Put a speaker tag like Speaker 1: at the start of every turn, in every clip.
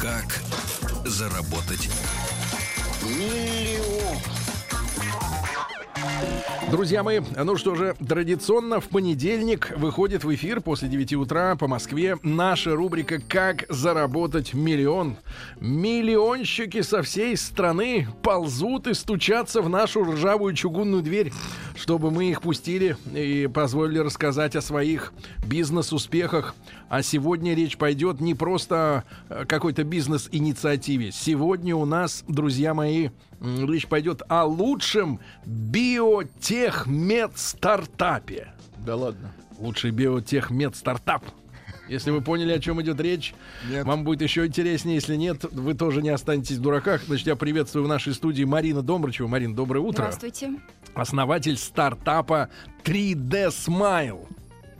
Speaker 1: Как заработать
Speaker 2: Друзья мои, ну что же, традиционно в понедельник выходит в эфир после 9 утра по Москве наша рубрика «Как заработать миллион». Миллионщики со всей страны ползут и стучатся в нашу ржавую чугунную дверь, чтобы мы их пустили и позволили рассказать о своих бизнес-успехах. А сегодня речь пойдет не просто о э, какой-то бизнес-инициативе. Сегодня у нас, друзья мои, м, речь пойдет о лучшем биотехмедстартапе.
Speaker 3: Да ладно.
Speaker 2: Лучший биотехмедстартап. Если вы поняли, о чем идет речь,
Speaker 3: Нет.
Speaker 2: вам будет еще интереснее. Если нет, вы тоже не останетесь в дураках. Значит, я приветствую в нашей студии Марина Домрачева. Марин, доброе утро.
Speaker 4: Здравствуйте.
Speaker 2: Основатель стартапа 3D Smile.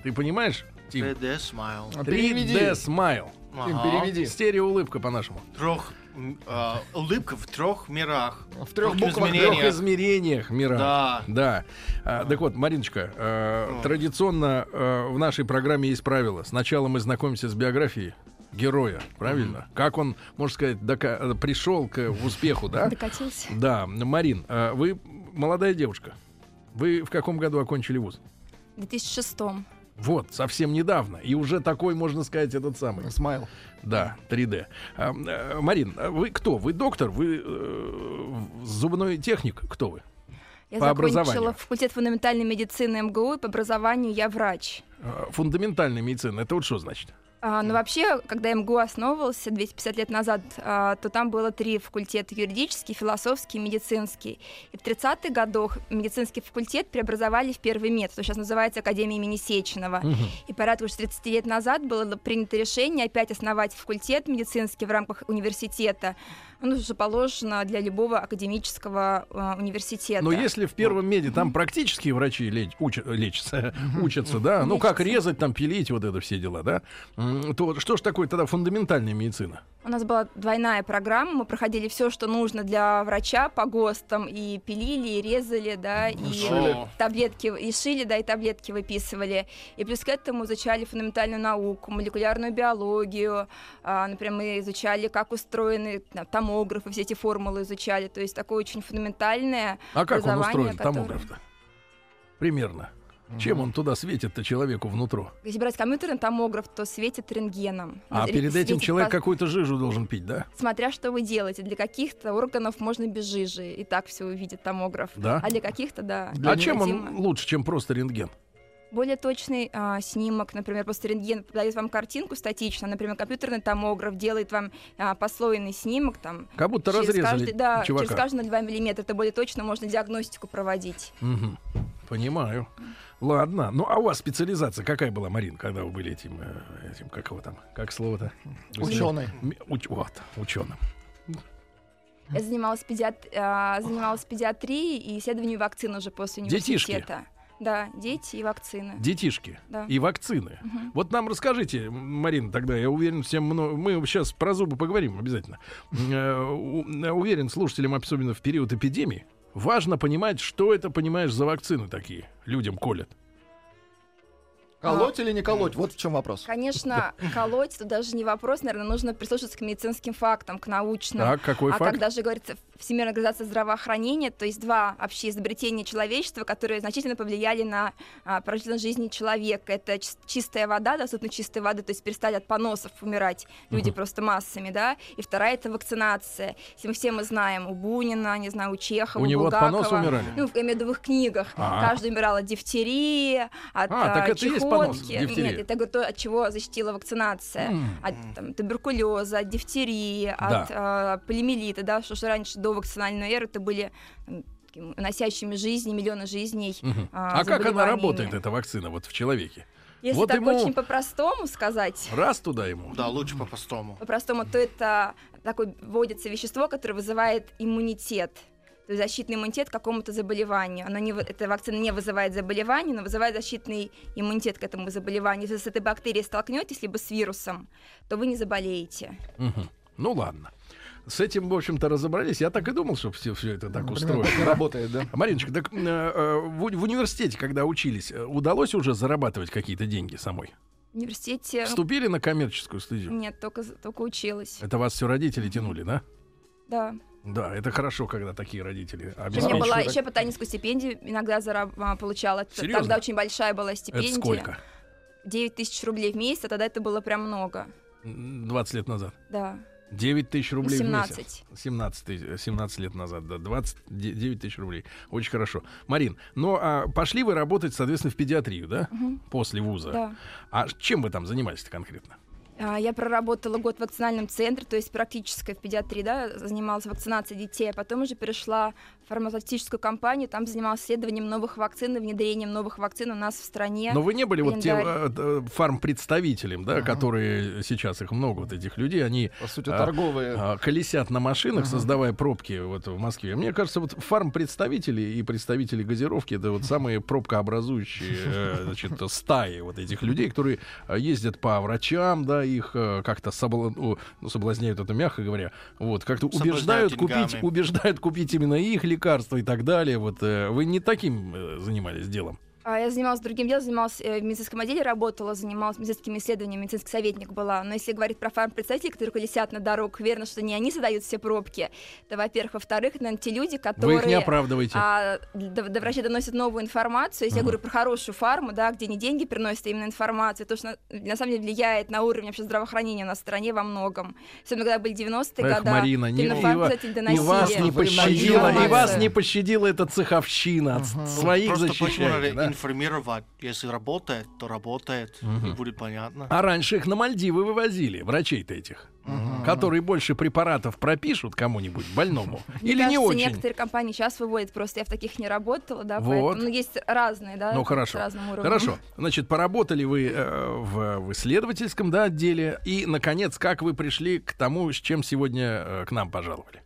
Speaker 2: Ты понимаешь? Тим?
Speaker 5: 3D Smile.
Speaker 3: А
Speaker 2: 3D Smile.
Speaker 3: Тим,
Speaker 5: Ага.
Speaker 3: переведи.
Speaker 2: Стереоулыбка по-нашему.
Speaker 5: Трех, м, а, улыбка в трех мирах.
Speaker 3: В трёх
Speaker 5: Трёх
Speaker 3: буквах,
Speaker 2: В трех
Speaker 5: измерениях.
Speaker 2: измерениях мира.
Speaker 5: Да.
Speaker 2: Да. А, так вот, Мариночка, э,
Speaker 5: Ну.
Speaker 2: традиционно э, в нашей программе есть правило. Сначала мы знакомимся с биографией героя, правильно? Как он, можно сказать, дока- э, пришел к успеху, да?
Speaker 4: Докатился.
Speaker 2: Да. Марин, э, вы молодая девушка. Вы в каком году окончили вуз?
Speaker 4: В 2006
Speaker 2: Вот, совсем недавно. И уже такой, можно сказать, этот самый.
Speaker 3: Смайл.
Speaker 2: Да, 3D. А, э, Марин, а вы кто? Вы доктор? Вы э, зубной техник? Кто вы?
Speaker 4: я
Speaker 2: По
Speaker 4: закончила
Speaker 2: образованию.
Speaker 4: факультет фундаментальной медицины МГУ, и по образованию я врач.
Speaker 2: Э, Фундаментальная медицина. Это вот что значит?
Speaker 4: А, но вообще, когда МГУ основывался 250 лет назад, а, то там было три факультета — юридический, философский и медицинский. И в 30-х годах медицинский факультет преобразовали в первый мед, что сейчас называется Академия имени Сеченова. И порядка уже 30 лет назад было принято решение опять основать факультет медицинский в рамках университета. Ну, что положено для любого академического а, университета.
Speaker 2: Но если в первом меди там практические врачи леч- учат- лечатся, учатся, да, ну как
Speaker 4: Лечатся.
Speaker 2: резать, там пилить, вот это все дела, да, М, то что ж такое тогда фундаментальная медицина?
Speaker 4: У нас была двойная программа, мы проходили все, что нужно для врача по ГОСТам, и пилили, и резали, да, и
Speaker 3: шили.
Speaker 4: таблетки, и шили, да, и таблетки выписывали. И плюс к этому изучали фундаментальную науку, молекулярную биологию, а, например, мы изучали, как устроены там, томографы, все эти формулы изучали, то есть такое очень фундаментальное.
Speaker 2: А как он
Speaker 4: Образование,
Speaker 2: устроен,
Speaker 4: которое-
Speaker 2: томограф-то? Примерно. Чем он туда светит-то человеку внутрь?
Speaker 4: Если брать компьютерный томограф, то светит рентгеном.
Speaker 2: А
Speaker 4: Ре-
Speaker 2: перед этим
Speaker 4: светит
Speaker 2: человек
Speaker 4: по-
Speaker 2: какую-то жижу должен пить, да?
Speaker 4: смотря что вы делаете. Для каких-то органов можно без жижи, и так все увидит томограф.
Speaker 2: Да.
Speaker 4: А для каких-то, да.
Speaker 2: а чем он
Speaker 4: необходимо.
Speaker 2: лучше, чем просто рентген?
Speaker 4: Более точный а, снимок, например, просто рентген дает вам картинку статично, например, компьютерный томограф делает вам а, послойный снимок там.
Speaker 2: Как будто разрезали
Speaker 4: каждый, да,
Speaker 2: чувака.
Speaker 4: через каждые 2 миллиметра. Это более точно можно диагностику проводить.
Speaker 2: Мгм. Понимаю. Ладно. Ну, а у вас специализация какая была, Марин, когда вы были этим, э, этим как его там, как слово-то?
Speaker 3: Ученый.
Speaker 2: М- уч- вот, ученым.
Speaker 4: Я занималась, педиат- а, занималась педиатрией и исследованием вакцин уже после
Speaker 2: Детишки?
Speaker 4: университета. Да, дети и вакцины.
Speaker 2: Детишки
Speaker 4: Да.
Speaker 2: и вакцины.
Speaker 4: Мгм.
Speaker 2: Вот нам расскажите, Марин, тогда я уверен, всем мно- мы сейчас про зубы поговорим обязательно. Э, у- Уверен, слушателям, особенно в период эпидемии, важно понимать, что это понимаешь за вакцины такие людям колят.
Speaker 3: Колоть или не колоть? Вот в чем вопрос.
Speaker 4: Конечно, колоть это даже не вопрос, наверное, нужно прислушаться к медицинским фактам, к научным.
Speaker 2: Так, какой
Speaker 4: а
Speaker 2: факт?
Speaker 4: когда же говорится Всемирная организация здравоохранения, то есть два общие изобретения человечества, которые значительно повлияли на а, продолжительность жизни человека. Это чис- чистая вода, доступность чистой воды, то есть перестали от поносов умирать люди просто массами, да. И вторая это вакцинация. Если мы все мы знаем у Бунина, не знаю, у Чехова,
Speaker 2: У него от
Speaker 4: Булгакова.
Speaker 2: поноса умирали?
Speaker 4: Ну, в я имею в виду в их книгах.
Speaker 2: А.
Speaker 4: Каждый умирал от дифтерии, от
Speaker 2: А, так
Speaker 4: а,
Speaker 2: это и есть
Speaker 4: чехотки.
Speaker 2: понос, дифтерия.
Speaker 4: Нет, это говорю, то, от чего защитила вакцинация.
Speaker 2: М.
Speaker 4: От там, туберкулеза, от дифтерии,
Speaker 2: Да.
Speaker 4: от а, полиомиелита, да, что, ж раньше до вакцинальной эры это были м, таким носящими жизни, миллионы жизней.
Speaker 2: Мгм.
Speaker 4: а,
Speaker 2: а как она
Speaker 4: заболеваниями.
Speaker 2: работает, эта вакцина, вот в человеке?
Speaker 4: Если
Speaker 2: Вот
Speaker 4: так
Speaker 2: ему-
Speaker 4: очень по-простому сказать,
Speaker 2: Раз туда ему.
Speaker 5: Да, лучше по-простому.
Speaker 4: по-простому, то это такое вводится вещество, которое вызывает иммунитет. то есть защитный иммунитет к какому-то заболеванию. Она не, вы- эта вакцина не вызывает заболевание, но вызывает защитный иммунитет к этому заболеванию. Если с этой бактерией столкнетесь, либо с вирусом, то вы не заболеете.
Speaker 2: Мгм. Ну ладно. С этим, в общем-то, разобрались. Я так и думал, что все, все это так
Speaker 3: Примерно
Speaker 2: устроено.
Speaker 3: так и работает, да?
Speaker 2: А, Мариночка, так э, э, в, уни- в университете, когда учились, э, удалось уже зарабатывать какие-то деньги самой?
Speaker 4: В университете
Speaker 2: Вступили на коммерческую стезю?
Speaker 4: нет, только, з- только училась.
Speaker 2: Это вас все родители тянули, да?
Speaker 4: Да.
Speaker 2: Да, это хорошо, когда такие родители
Speaker 4: У меня
Speaker 2: обеспечивают.
Speaker 4: была
Speaker 3: еще так-
Speaker 4: еще ботаническую стипендию, иногда зараб- а, получала. Т-
Speaker 2: Серьезно?
Speaker 4: Тогда очень большая была
Speaker 2: Это
Speaker 4: стипендия.
Speaker 2: сколько?
Speaker 4: 9 тысяч рублей в месяц, а тогда это было прям много.
Speaker 2: М, 20 лет назад.
Speaker 4: Да.
Speaker 2: 9 тысяч рублей в
Speaker 4: 17.
Speaker 2: месяц. 17, тысяч- 17 лет назад, да, 29 тысяч рублей. Очень хорошо. Марин, ну а пошли вы работать, соответственно, в педиатрию, да?
Speaker 4: Мгм.
Speaker 2: После вуза.
Speaker 4: Да.
Speaker 2: А чем вы там занимались-то конкретно?
Speaker 4: А, Я проработала год в вакцинальном центре, то есть практической в педиатрии, да, занималась вакцинацией детей, а потом уже перешла в фармацевтическую компанию, там занималась исследованием новых вакцин и внедрением новых вакцин у нас в стране.
Speaker 2: Но Ну вы не были вот тем
Speaker 4: календарь.
Speaker 2: э, э, фармпредставителем, да,
Speaker 3: Ага.
Speaker 2: которые сейчас их много, вот этих людей, они
Speaker 3: По сути,
Speaker 2: А,
Speaker 3: торговые.
Speaker 2: а, колесят на машинах,
Speaker 3: Ага.
Speaker 2: создавая пробки вот в Москве. Мне кажется, вот фармпредставители и представители газировки это вот самые пробкообразующие э, значит, стаи вот этих людей, которые э, ездят по врачам, да, их э, как-то собла- о, ну, соблазняют, это мягко говоря, вот, как-то
Speaker 5: Соблазняют
Speaker 2: убеждают купить,
Speaker 5: деньгами.
Speaker 2: убеждают купить именно их лекарства и так далее. Вот э, вы не таким э, занимались делом.
Speaker 4: А Я занималась другим делом, занималась э, в медицинском отделе, работала, занималась медицинскими исследованиями, медицинский советник была. Но если говорить про фармпредставителей, которые колесят на дорог, верно, что не они задают все пробки, то, во-первых. Во-вторых, наверное, те люди, которые...
Speaker 2: Вы их не оправдываете.
Speaker 4: А до, до врачей доносят новую информацию. Если я говорю про хорошую фарму, да, где не деньги приносят, а именно информацию, то, что на, на самом деле влияет на уровень вообще здравоохранения на стране во многом. Особенно, когда были 90-е
Speaker 2: Эх,
Speaker 4: годы,
Speaker 2: Марина, не-
Speaker 4: именно
Speaker 2: и
Speaker 4: фармпредставители
Speaker 2: И вас
Speaker 4: доносили.
Speaker 2: не пощадила, и
Speaker 4: информацию.
Speaker 2: вас не пощадила эта цеховщина. от с- Своих
Speaker 5: Просто почему
Speaker 2: защищаете,
Speaker 5: надо
Speaker 2: да?
Speaker 5: информировать? Если работает, то работает, и будет понятно.
Speaker 2: А раньше их на Мальдивы вывозили, врачей-то этих, которые больше препаратов пропишут кому-нибудь больному.
Speaker 4: Мне
Speaker 2: Или не
Speaker 4: кажется,
Speaker 2: очень.
Speaker 4: некоторые компании сейчас выводят, просто я в таких не работала, да,
Speaker 2: Вот.
Speaker 4: поэтому ну, есть разные, да,
Speaker 2: Ну
Speaker 4: с
Speaker 2: хорошо.
Speaker 4: разным уровнем.
Speaker 2: Хорошо. Значит, поработали вы э, в, в исследовательском да, отделе. И, наконец, как вы пришли к тому, с чем сегодня э, к нам пожаловали?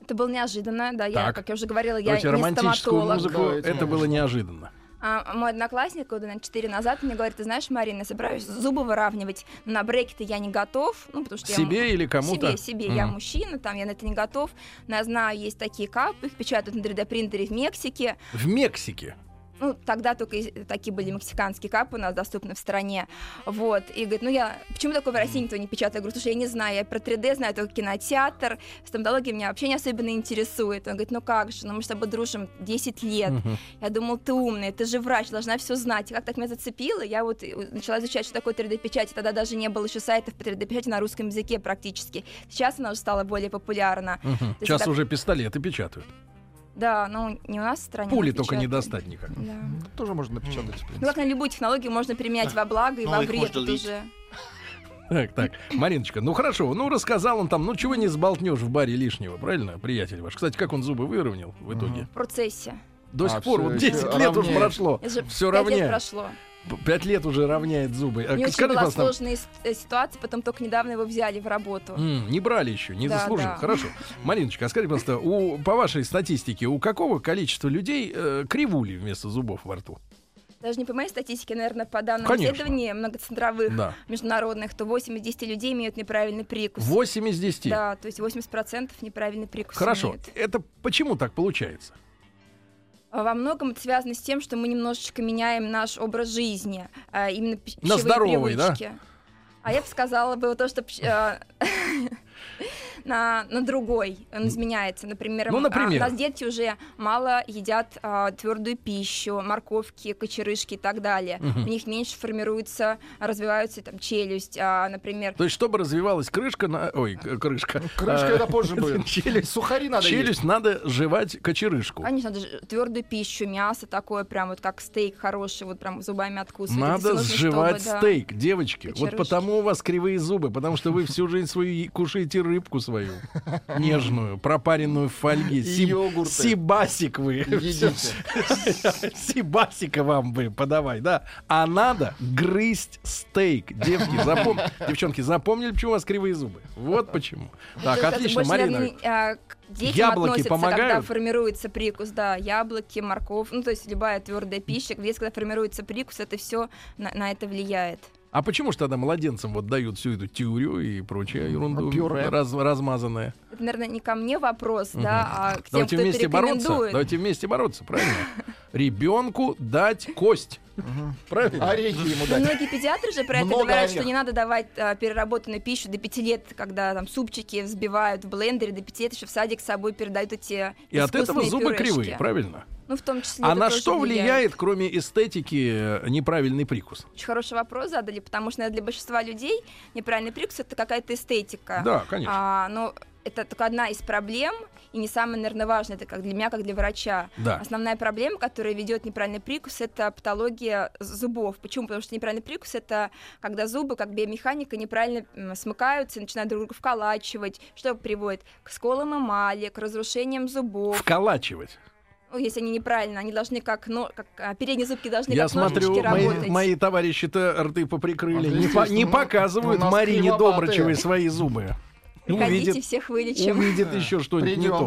Speaker 4: Это было неожиданно, да, я,
Speaker 2: Так.
Speaker 4: как я уже говорила, я
Speaker 2: Давайте
Speaker 4: не
Speaker 2: романтическую
Speaker 4: стоматолог.
Speaker 2: музыку.
Speaker 3: Давайте,
Speaker 2: Это было
Speaker 3: конечно.
Speaker 2: неожиданно.
Speaker 4: А мой одноклассник, года, наверное, 4 назад, мне говорит, ты знаешь, Марина, я собираюсь зубы выравнивать, но на брекеты я не готов, ну, потому что я...
Speaker 2: Себе или кому-то?
Speaker 4: Себе, себе. Я
Speaker 2: Мгм.
Speaker 4: мужчина, там, я на это не готов. Но я знаю, есть такие капы, их печатают на 3D-принтере в Мексике.
Speaker 2: В Мексике.
Speaker 4: Ну, тогда только и- такие были мексиканские капы у нас доступны в стране. Вот. И говорит, ну я... Почему такое в России никто не печатает? Я говорю, слушай, я не знаю, я про 3D знаю только кинотеатр, стоматология меня вообще не особенно интересует. Он говорит, ну как же, ну мы с тобой дружим 10 лет.
Speaker 2: Мгм.
Speaker 4: Я думал, ты умная, ты же врач, должна все знать. И как так меня зацепило, я вот и начала изучать, что такое 3D-печать. Тогда даже не было еще сайтов по 3D-печати на русском языке практически. Сейчас она уже стала более популярна.
Speaker 2: Мгм.
Speaker 4: есть
Speaker 2: Сейчас
Speaker 4: это-
Speaker 2: уже пистолеты печатают.
Speaker 4: Да, ну не у нас в стране. но
Speaker 2: Пули только не
Speaker 4: печатают.
Speaker 2: достать никак.
Speaker 4: Да.
Speaker 3: Тоже можно напечатать, в принципе.
Speaker 4: Ну, как на любую технологию можно применять во благо и
Speaker 5: Ну,
Speaker 4: во
Speaker 5: их
Speaker 4: вред.
Speaker 5: можно
Speaker 4: это
Speaker 5: лить.
Speaker 4: уже.
Speaker 2: Так, так, Мариночка, ну хорошо, ну рассказал он там, ну чего не сболтнешь в баре лишнего, правильно, приятель ваш? Кстати, как он зубы выровнял в итоге?
Speaker 4: В процессе.
Speaker 2: До
Speaker 3: А,
Speaker 2: сих пор,
Speaker 3: всё
Speaker 2: вот
Speaker 3: ещё
Speaker 2: 10 лет уже
Speaker 3: равняет.
Speaker 2: прошло,
Speaker 4: Это же
Speaker 2: все
Speaker 4: пять лет
Speaker 2: равняет.
Speaker 4: прошло.
Speaker 2: 5 лет уже равняет зубы. А
Speaker 4: Мне очень
Speaker 2: скажите,
Speaker 4: была
Speaker 2: пожалуйста,
Speaker 4: сложная с- э, ситуация, потом только недавно его взяли в работу.
Speaker 2: м, не брали еще, не
Speaker 4: Да,
Speaker 2: заслужили.
Speaker 4: да.
Speaker 2: Хорошо. Мариночка, а скажите, пожалуйста, у, по вашей статистике, у какого количества людей э, кривули вместо зубов во рту?
Speaker 4: Даже не по моей статистике, наверное, по данным
Speaker 2: Конечно.
Speaker 4: исследований многоцентровых
Speaker 2: Да.
Speaker 4: международных, то 8 из 10 людей имеют неправильный прикус.
Speaker 2: 8 из 10.
Speaker 4: Да, то есть 80% неправильный прикус
Speaker 2: Хорошо.
Speaker 4: имеют.
Speaker 2: Это почему так получается?
Speaker 4: А Во многом это связано с тем, что мы немножечко меняем наш образ жизни, а именно пи-
Speaker 2: На
Speaker 4: пищевые
Speaker 2: здоровый, да?
Speaker 4: привычки. А я бы сказала бы то, что пищ- э, на, на другой он изменяется. Например,
Speaker 2: Ну,
Speaker 4: а,
Speaker 2: например.
Speaker 4: у нас дети уже мало едят а, твердую пищу, морковки, кочерышки и так далее.
Speaker 2: Мгм.
Speaker 4: У них меньше формируется, развиваются там челюсть, а, например.
Speaker 2: То есть, чтобы развивалась крышка на... Ой, к- крышка.
Speaker 3: Ну, Крышка
Speaker 2: А,
Speaker 3: это позже будет.
Speaker 2: Челюсть.
Speaker 3: Сухари надо есть.
Speaker 2: Челюсть надо жевать кочерышку.
Speaker 4: Конечно, твердую пищу, мясо такое, прям вот как стейк хороший, вот прям зубами откусывать. Это всё
Speaker 2: Надо
Speaker 4: нужно,
Speaker 2: сживать
Speaker 4: чтобы, да.
Speaker 2: стейк, девочки. Вот
Speaker 4: Кочерышки.
Speaker 2: потому у вас кривые зубы, потому что вы всю жизнь свою е- кушаете рыбку свою нежную, пропаренную в фольге.
Speaker 3: И
Speaker 2: Сиб-
Speaker 3: йогурты.
Speaker 2: Сибасик вы.
Speaker 3: Едите.
Speaker 2: Сибасика вам бы подавай, да. А надо грызть стейк. Девки, запом- девчонки, запомнили, почему у вас кривые зубы? Вот почему. Так,
Speaker 4: Ну, Это
Speaker 2: отлично,
Speaker 4: больше,
Speaker 2: Марина.
Speaker 4: наверное, э, к детям
Speaker 2: Яблоки
Speaker 4: относится, когда
Speaker 2: помогают?
Speaker 4: формируется прикус, да, яблоки, морковь, ну, то есть любая твердая пища, здесь, когда формируется прикус, это все на, на это влияет.
Speaker 2: А почему же тогда младенцам вот дают всю эту тюрю и прочее ерунду
Speaker 3: А пюре?
Speaker 2: раз- размазанное?
Speaker 4: Это, наверное, не ко мне вопрос,
Speaker 2: Мгм.
Speaker 4: да, а к тем,
Speaker 2: Давайте
Speaker 4: кто
Speaker 2: вместе
Speaker 4: это
Speaker 2: бороться.
Speaker 4: рекомендует.
Speaker 2: Давайте вместе бороться, правильно? Ребенку дать кость. Правильно?
Speaker 3: Орехи ему
Speaker 4: Но
Speaker 3: дать.
Speaker 4: многие педиатры же про это
Speaker 3: Много
Speaker 4: говорят,
Speaker 3: орехов.
Speaker 4: что не надо давать а, переработанную пищу до пяти лет, когда там супчики взбивают в блендере, до пяти лет еще в садик с собой передают эти
Speaker 2: И от этого
Speaker 4: искусные
Speaker 2: зубы
Speaker 4: пюрешки.
Speaker 2: кривые, правильно?
Speaker 4: Ну, в том числе.
Speaker 2: А
Speaker 4: это
Speaker 2: на
Speaker 4: тоже
Speaker 2: что влияет, кроме эстетики, э, неправильный прикус?
Speaker 4: Очень хороший вопрос задали, потому что наверное, для большинства людей неправильный прикус это какая-то эстетика.
Speaker 2: Да, конечно.
Speaker 4: А, но это только одна из проблем, и не самая, наверное, важная, это как для меня, как для врача.
Speaker 2: Да.
Speaker 4: Основная проблема, которая ведет неправильный прикус, это патология зубов. Почему? Потому что неправильный прикус это когда зубы, как биомеханика, неправильно м, смыкаются, начинают друг друга вколачивать, что приводит к сколам эмали, к разрушениям зубов.
Speaker 2: Вколачивать.
Speaker 4: Ну, если они неправильно, они должны как, но, как а, передние зубки должны
Speaker 2: Я
Speaker 4: как
Speaker 2: смотрю,
Speaker 4: ножички
Speaker 2: мои,
Speaker 4: работать.
Speaker 2: мои товарищи-то рты поприкрыли. Не,
Speaker 3: Ну,
Speaker 2: по- не
Speaker 3: естественно,
Speaker 2: показывают
Speaker 3: у нас
Speaker 2: Марине
Speaker 3: кривоватые.
Speaker 2: Добрачевой свои зубы.
Speaker 4: Приходите,
Speaker 2: Увидит,
Speaker 4: всех вылечим.
Speaker 2: увидит еще что-нибудь не
Speaker 3: Придем.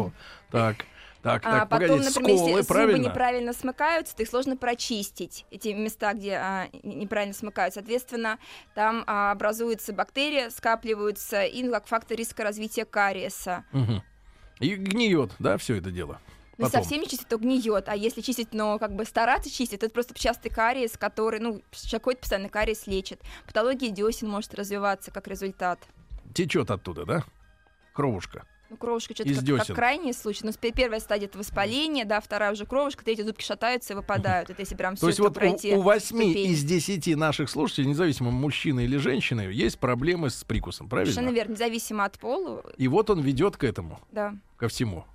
Speaker 2: то. Так, так,
Speaker 4: А
Speaker 2: так,
Speaker 4: потом,
Speaker 2: погодите,
Speaker 4: например, если
Speaker 2: сколы,
Speaker 4: зубы
Speaker 2: правильно?
Speaker 4: неправильно смыкаются, то их сложно прочистить, эти места, где а, н- неправильно смыкаются. Соответственно, там а, образуются бактерии, скапливаются, и ну, как фактор риска развития кариеса.
Speaker 2: Мгм. И гниет, да, все это дело.
Speaker 4: Ну,
Speaker 2: Потом.
Speaker 4: со всеми чистить, то гниет. А если чистить, но как бы стараться чистить, то это просто частый кариес, который, ну, какой-то постоянно кариес лечит. Патология десен может развиваться как результат.
Speaker 2: Течет оттуда, да? Кровушка.
Speaker 4: Ну, кровушка
Speaker 2: Из
Speaker 4: что-то как,
Speaker 2: десен.
Speaker 4: как крайний случай. Но сп- первая стадия это воспаление, да, вторая уже кровушка, третья зубки шатаются и выпадают. Это если прям
Speaker 2: То
Speaker 4: все
Speaker 2: есть вот
Speaker 4: пройти.
Speaker 2: у, у 8
Speaker 4: ступень.
Speaker 2: из 10 наших слушателей, независимо мужчины или женщины, есть проблемы с прикусом,
Speaker 4: Совершенно
Speaker 2: правильно?
Speaker 4: верно, независимо от пола,
Speaker 2: И вот он ведет к этому,
Speaker 4: да.
Speaker 2: ко всему.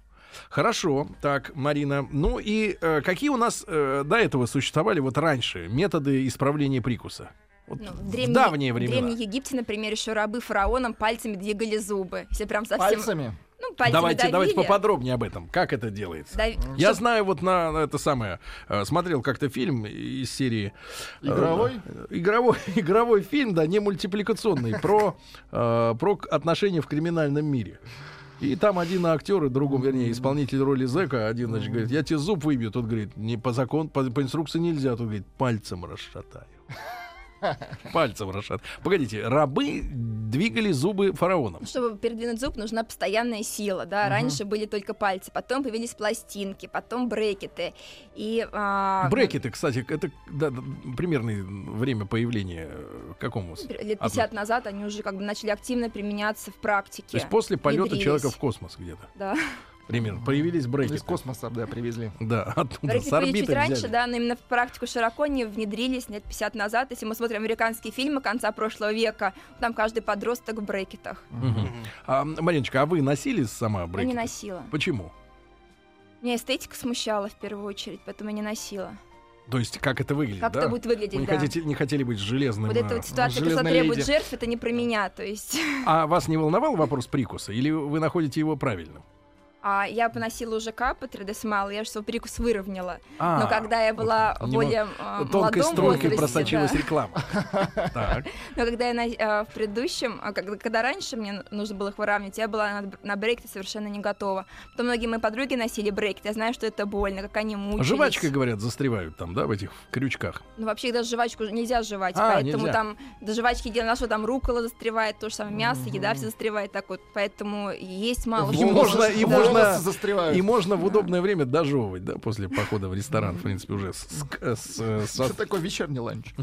Speaker 2: Хорошо, так, Марина. Ну и э, какие у нас э, до этого существовали вот раньше методы исправления прикуса? Вот
Speaker 4: Ну,
Speaker 2: в
Speaker 4: древней-
Speaker 2: давние времена.
Speaker 4: В Древнем Египте, например, еще рабы фараонам пальцами двигали зубы. Если прям совсем...
Speaker 3: Пальцами.
Speaker 4: Ну, пальцами
Speaker 2: давайте,
Speaker 4: давили.
Speaker 2: давайте поподробнее об этом. Как это делается?
Speaker 4: Дави-
Speaker 2: Я
Speaker 4: чтоб-
Speaker 2: знаю, вот на, на это самое, э, смотрел как-то фильм из серии... э,
Speaker 3: Игровой?
Speaker 2: игровой, игровой фильм, да, не мультипликационный, про, э, про к- отношения в криминальном мире. И там один актер и другом, вернее, исполнитель роли Зека, один, значит, говорит, я тебе зуб выбью. Тот говорит, не по закону, по, по инструкции нельзя. Тот говорит, пальцем расшатаю. Пальцем расшатаю. Погодите, рабы двигали зубы фараонам.
Speaker 4: Чтобы передвинуть зуб, нужна постоянная сила, да. Раньше были только пальцы, потом появились пластинки, потом брекеты. И... а,
Speaker 2: Брекеты, кстати, это да, да, примерное время появления э, к какому?
Speaker 4: ну, Лет 50 назад они уже как бы начали активно применяться в практике.
Speaker 2: То есть после полета
Speaker 4: внедрились.
Speaker 2: человека в космос где-то.
Speaker 4: Да.
Speaker 2: Примерно. Появились брекеты.
Speaker 3: Из космоса, да, привезли.
Speaker 2: Да, оттуда,
Speaker 4: Брекеты
Speaker 2: с
Speaker 4: были чуть
Speaker 2: орбиты
Speaker 4: раньше,
Speaker 2: взяли.
Speaker 4: да, но именно в практику широко не внедрились лет 50 назад. Если мы смотрим американские фильмы конца прошлого века, там каждый подросток в брекетах.
Speaker 2: Мгм.
Speaker 5: Мгм.
Speaker 2: А, Мариночка, а вы носили сама
Speaker 4: Я
Speaker 2: брекеты?
Speaker 4: не носила.
Speaker 2: Почему?
Speaker 4: Меня эстетика смущала в первую очередь, поэтому я не носила.
Speaker 2: То есть, как это выглядит,
Speaker 4: Как
Speaker 2: да?
Speaker 4: это будет
Speaker 2: Вы
Speaker 4: выглядеть,
Speaker 2: не,
Speaker 4: да.
Speaker 2: хотите, не хотели быть железным.
Speaker 4: Вот
Speaker 2: э,
Speaker 4: эта вот ситуация,
Speaker 3: железной
Speaker 4: которая требует
Speaker 3: леди.
Speaker 4: жертв, это не про меня, то есть.
Speaker 2: А вас не волновал вопрос прикуса? Или вы находите его правильным?
Speaker 4: А я поносила уже капы 3D Smile, я же свой прикус выровняла.
Speaker 2: А,
Speaker 4: Но когда я была
Speaker 2: вот, не
Speaker 4: более
Speaker 2: мог-
Speaker 4: э,
Speaker 2: Тонкой
Speaker 4: молодом
Speaker 2: стройкой
Speaker 4: возрасте,
Speaker 2: просочилась
Speaker 4: да.
Speaker 2: реклама. Так.
Speaker 4: Но когда я на- э, в предыдущем, а, когда, когда раньше мне нужно было их выравнивать, я была на, на брекеты совершенно не готова. Потом многие мои подруги носили брекеты, я знаю, что это больно, как они мучились.
Speaker 2: Жвачкой, говорят, застревают там, да, в этих крючках.
Speaker 4: Ну, вообще, даже жвачку ж- нельзя жевать,
Speaker 2: А,
Speaker 4: поэтому
Speaker 2: нельзя.
Speaker 4: там до жвачки дело что там рукола застревает, то же самое мясо, еда
Speaker 3: Мгм.
Speaker 4: все застревает, так вот, поэтому есть мало
Speaker 2: И
Speaker 4: что
Speaker 2: можно-
Speaker 4: можно,
Speaker 2: и
Speaker 4: А, да.
Speaker 2: можно-
Speaker 3: волосы
Speaker 2: И
Speaker 3: застревают.
Speaker 2: можно в удобное время дожевывать, да, после похода в ресторан, в принципе, уже с- с- э, с- э,
Speaker 3: Что
Speaker 2: с-
Speaker 3: такое вечерний ланч?